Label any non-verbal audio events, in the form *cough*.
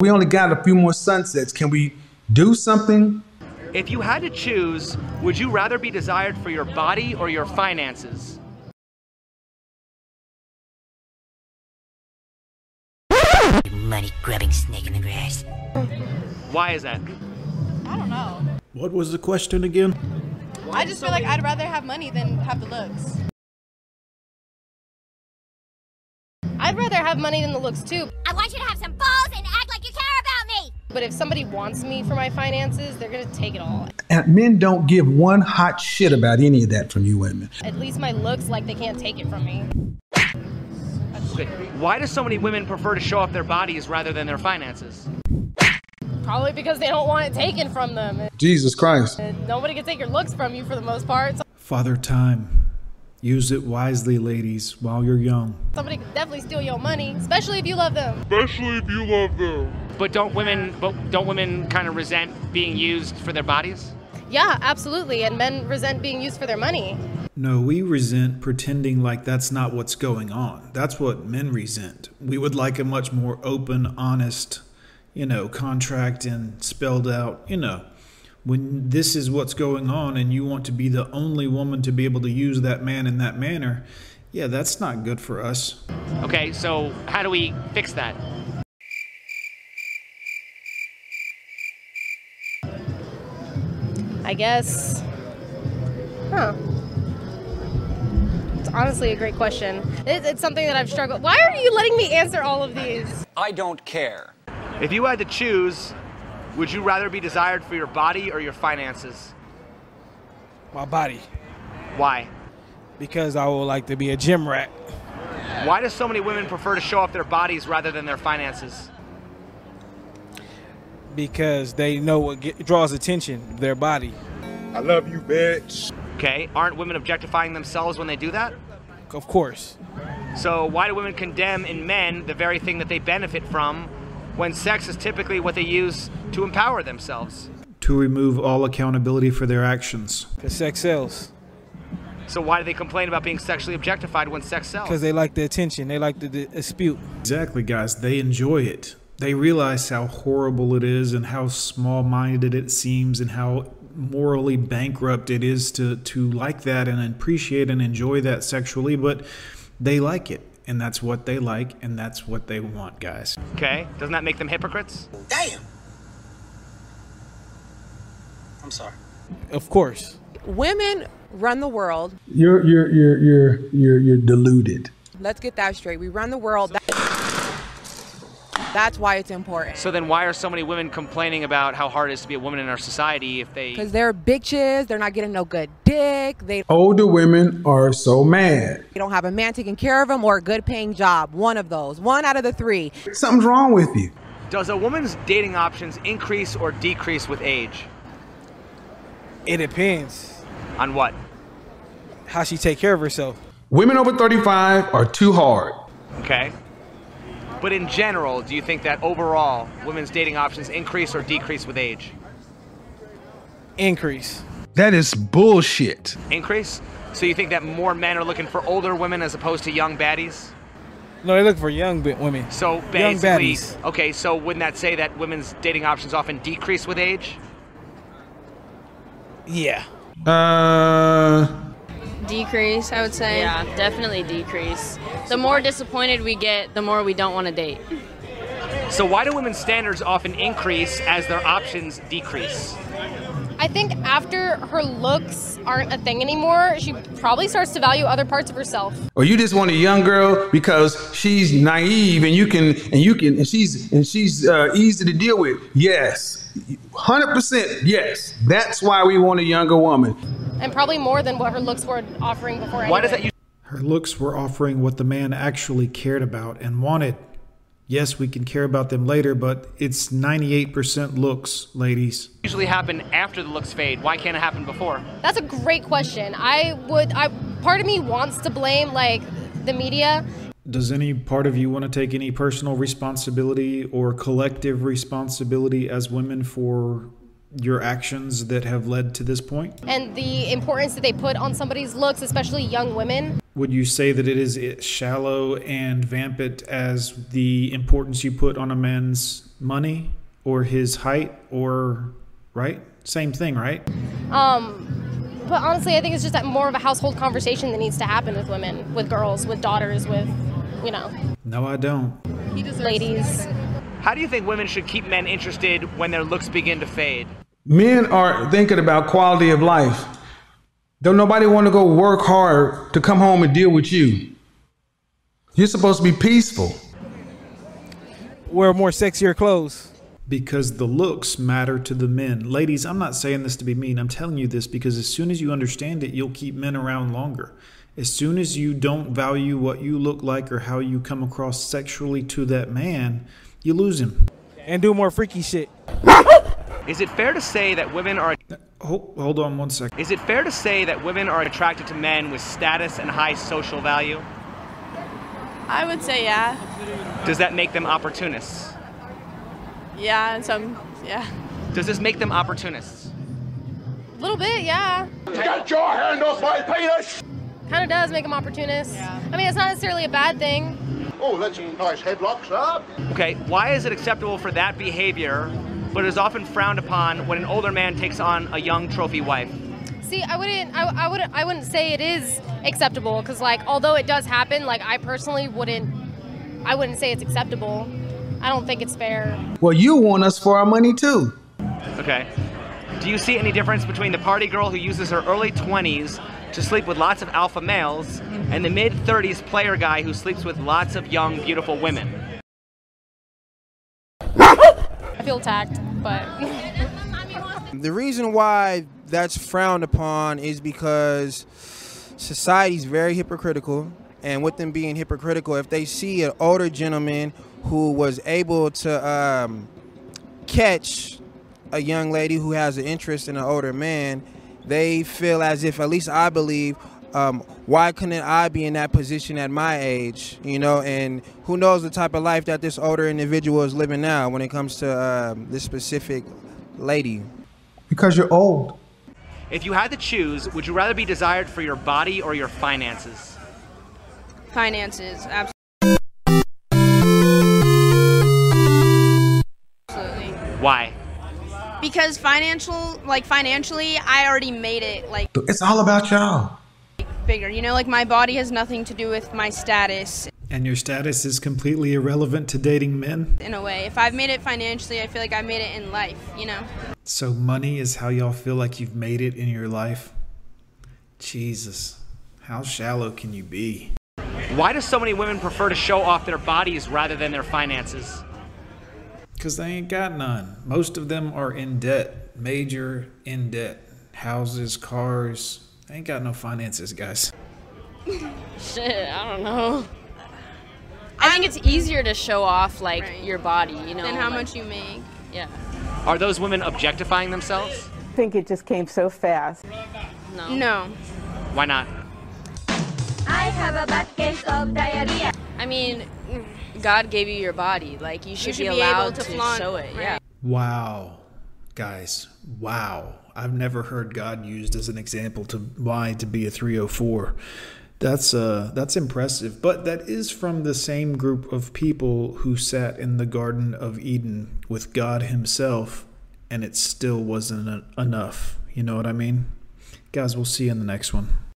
We only got a few more sunsets. Can we do something? If you had to choose, would you rather be desired for your body or your finances? money grubbing snake in the grass. Why is that? I don't know. What was the question again? I just feel like I'd rather have money than have the looks. I'd rather have money than the looks too. I want you to have some balls and act like you care about me. But if somebody wants me for my finances, they're gonna take it all. And men don't give one hot shit about any of that from you women. At least my looks like they can't take it from me. Okay. Why do so many women prefer to show off their bodies rather than their finances? Probably because they don't want it taken from them. Jesus Christ. And nobody can take your looks from you for the most part. So Father Time. Use it wisely, ladies, while you're young. somebody can definitely steal your money, especially if you love them. But don't women but don't women kind of resent being used for their bodies? Yeah, absolutely. And men resent being used for their money. No, we resent pretending like that's not what's going on. That's what men resent. We would like a much more open, honest, you know, contract and spelled out, you know, when this is what's going on and you want to be the only woman to be able to use that man in that manner, yeah, that's not good for us. Okay, so how do we fix that? I guess. Huh. It's honestly a great question. It, it's something that I've struggled. Why are you letting me answer all of these? I don't care. If you had to choose, would you rather be desired for your body or your finances? my body Why? because I would like to be a gym rat. Why do so many women prefer to show off their bodies rather than their finances? because they know what get, draws attention their body I love you, bitch. Okay, aren't women objectifying themselves when they do that? of course So why do women condemn in men the very thing that they benefit from when sex is typically what they use to empower themselves? To remove all accountability for their actions. because sex sells So why do they complain about being sexually objectified when sex because sells? they like the attention they like the, the dispute Exactly, guys. They enjoy it. They realize how horrible it is and how small minded it seems and how morally bankrupt it is to, to like that and appreciate and enjoy that sexually, but they like it. And that's what they like and that's what they want, guys. Okay, doesn't that make them hypocrites? Damn. I'm sorry. of course Women run the world. You're you're you're you're you're you're deluded. Let's get that straight. We run the world. That- That's why it's important. So then why are so many women complaining about how hard it is to be a woman in our society if they Because they're bitches. They're not getting no good dick. They Older women are so mad. don't have a man taking care of them or a good paying job. One of those. One out of the three. Something's wrong with you. Does a woman's dating options increase or decrease with age? it depends On what? how she take care of herself Women over 35 are too hard. Okay. But in general, do you think that overall women's dating options increase or decrease with age? increase That is bullshit. Increase? So you think that more men are looking for older women as opposed to young baddies? no they look for young bi- women So young basically, baddies okay, so wouldn't that say that women's dating options often decrease with age? yeah Uh, Decrease, I would say. Yeah, definitely decrease. The more disappointed we get, the more we don't want to date. So why do women's standards often increase as their options decrease? I think after her looks aren't a thing anymore, she probably starts to value other parts of herself. Or you just want a young girl because she's naive and you can and you can and she's and she's uh, easy to deal with. Yes, hundred percent. Yes, that's why we want a younger woman. And probably more than what her looks were offering before. Why does anyway. that usually Her looks were offering what the man actually cared about and wanted. Yes, we can care about them later, but it's 98% looks, ladies. usually happen after the looks fade? Why can't it happen before? That's a great question. I would. I part of me wants to blame like the media. Does any part of you want to take any personal responsibility or collective responsibility as women for your actions that have led to this point? and the importance that they put on somebody's looks, especially young women. Would you say that it eh, is shallow and vamp it as the importance you put on a man's money or his height or right? Same thing, right? Um, but honestly, I think it's just that more of a household conversation that needs to happen with women, with girls, with daughters, with you know, No, I don't. ladies. How do you think women should keep men interested when their looks begin to fade? Men are thinking about quality of life. Don't nobody want to go work hard to come home and deal with you. You're supposed to be peaceful. Wear more sexier clothes. Because the looks matter to the men. Ladies, I'm not saying this to be mean. I'm telling you this because as soon as you understand it, you'll keep men around longer. As soon as you don't value what you look like or how you come across sexually to that man, you lose him. And do more freaky shit. Is it fair to say that women are Hold, hold on one second. Is it fair to say that women are attracted to men with status and high social value? I would say yeah. Does that make them opportunists? Yeah, and some, yeah. Does this make them opportunists? A little bit, yeah. Get your hand off my penis! Kind of does make them opportunists. I mean, it's not necessarily a bad thing. Oh, that's a nice headlock, sir. Okay, why is it acceptable for that behavior, but is often frowned upon when an older man takes on a young trophy wife? See, I wouldn't, I, I wouldn't, I wouldn't say it is acceptable because, like, although it does happen, like, I personally wouldn't, I wouldn't say it's acceptable. I don't think it's fair. Well, you want us for our money too. Okay. Do you see any difference between the party girl who uses her early 20s to sleep with lots of alpha males and the mid 30s player guy who sleeps with lots of young, beautiful women? I feel attacked, but. *laughs* The reason why that's frowned upon is because society's very hypocritical. And with them being hypocritical, if they see an older gentleman who was able to um, catch a young lady who has an interest in an older man, they feel as if, at least I believe, um, why couldn't I be in that position at my age? You know, and who knows the type of life that this older individual is living now when it comes to um, this specific lady. Because you're old. If you had to choose, would you rather be desired for your body or your finances? Finances, absolutely. Why? Because financial, like financially, I already made it like It's all about y'all. bigger. You know, like my body has nothing to do with my status And your status is completely irrelevant to dating men. in a way. If I've made it financially, I feel like I made it in life. You know. So money is how y'all feel like you've made it in your life. Jesus, how shallow can you be? Why do so many women prefer to show off their bodies rather than their finances? Because they ain't got none. Most of them are in debt, major in debt. Houses, cars, they ain't got no finances, guys. Shit, I don't know. I think it's easier to show off like your body, you know, Than how like- much you make. Yeah. Are those women objectifying themselves? I think it just came so fast. No. No. Why not? I have a bad case of diarrhea. I mean, God gave you your body. Like you should, should be be able allowed to to, flaunt, show it. Yeah. Wow. Guys, wow. I've never heard God used as an example to why to be a 304. That's uh that's impressive, but that is from the same group of people who sat in the garden of Eden with God himself and it still wasn't en- enough. You know what I mean? Guys, we'll see you in the next one.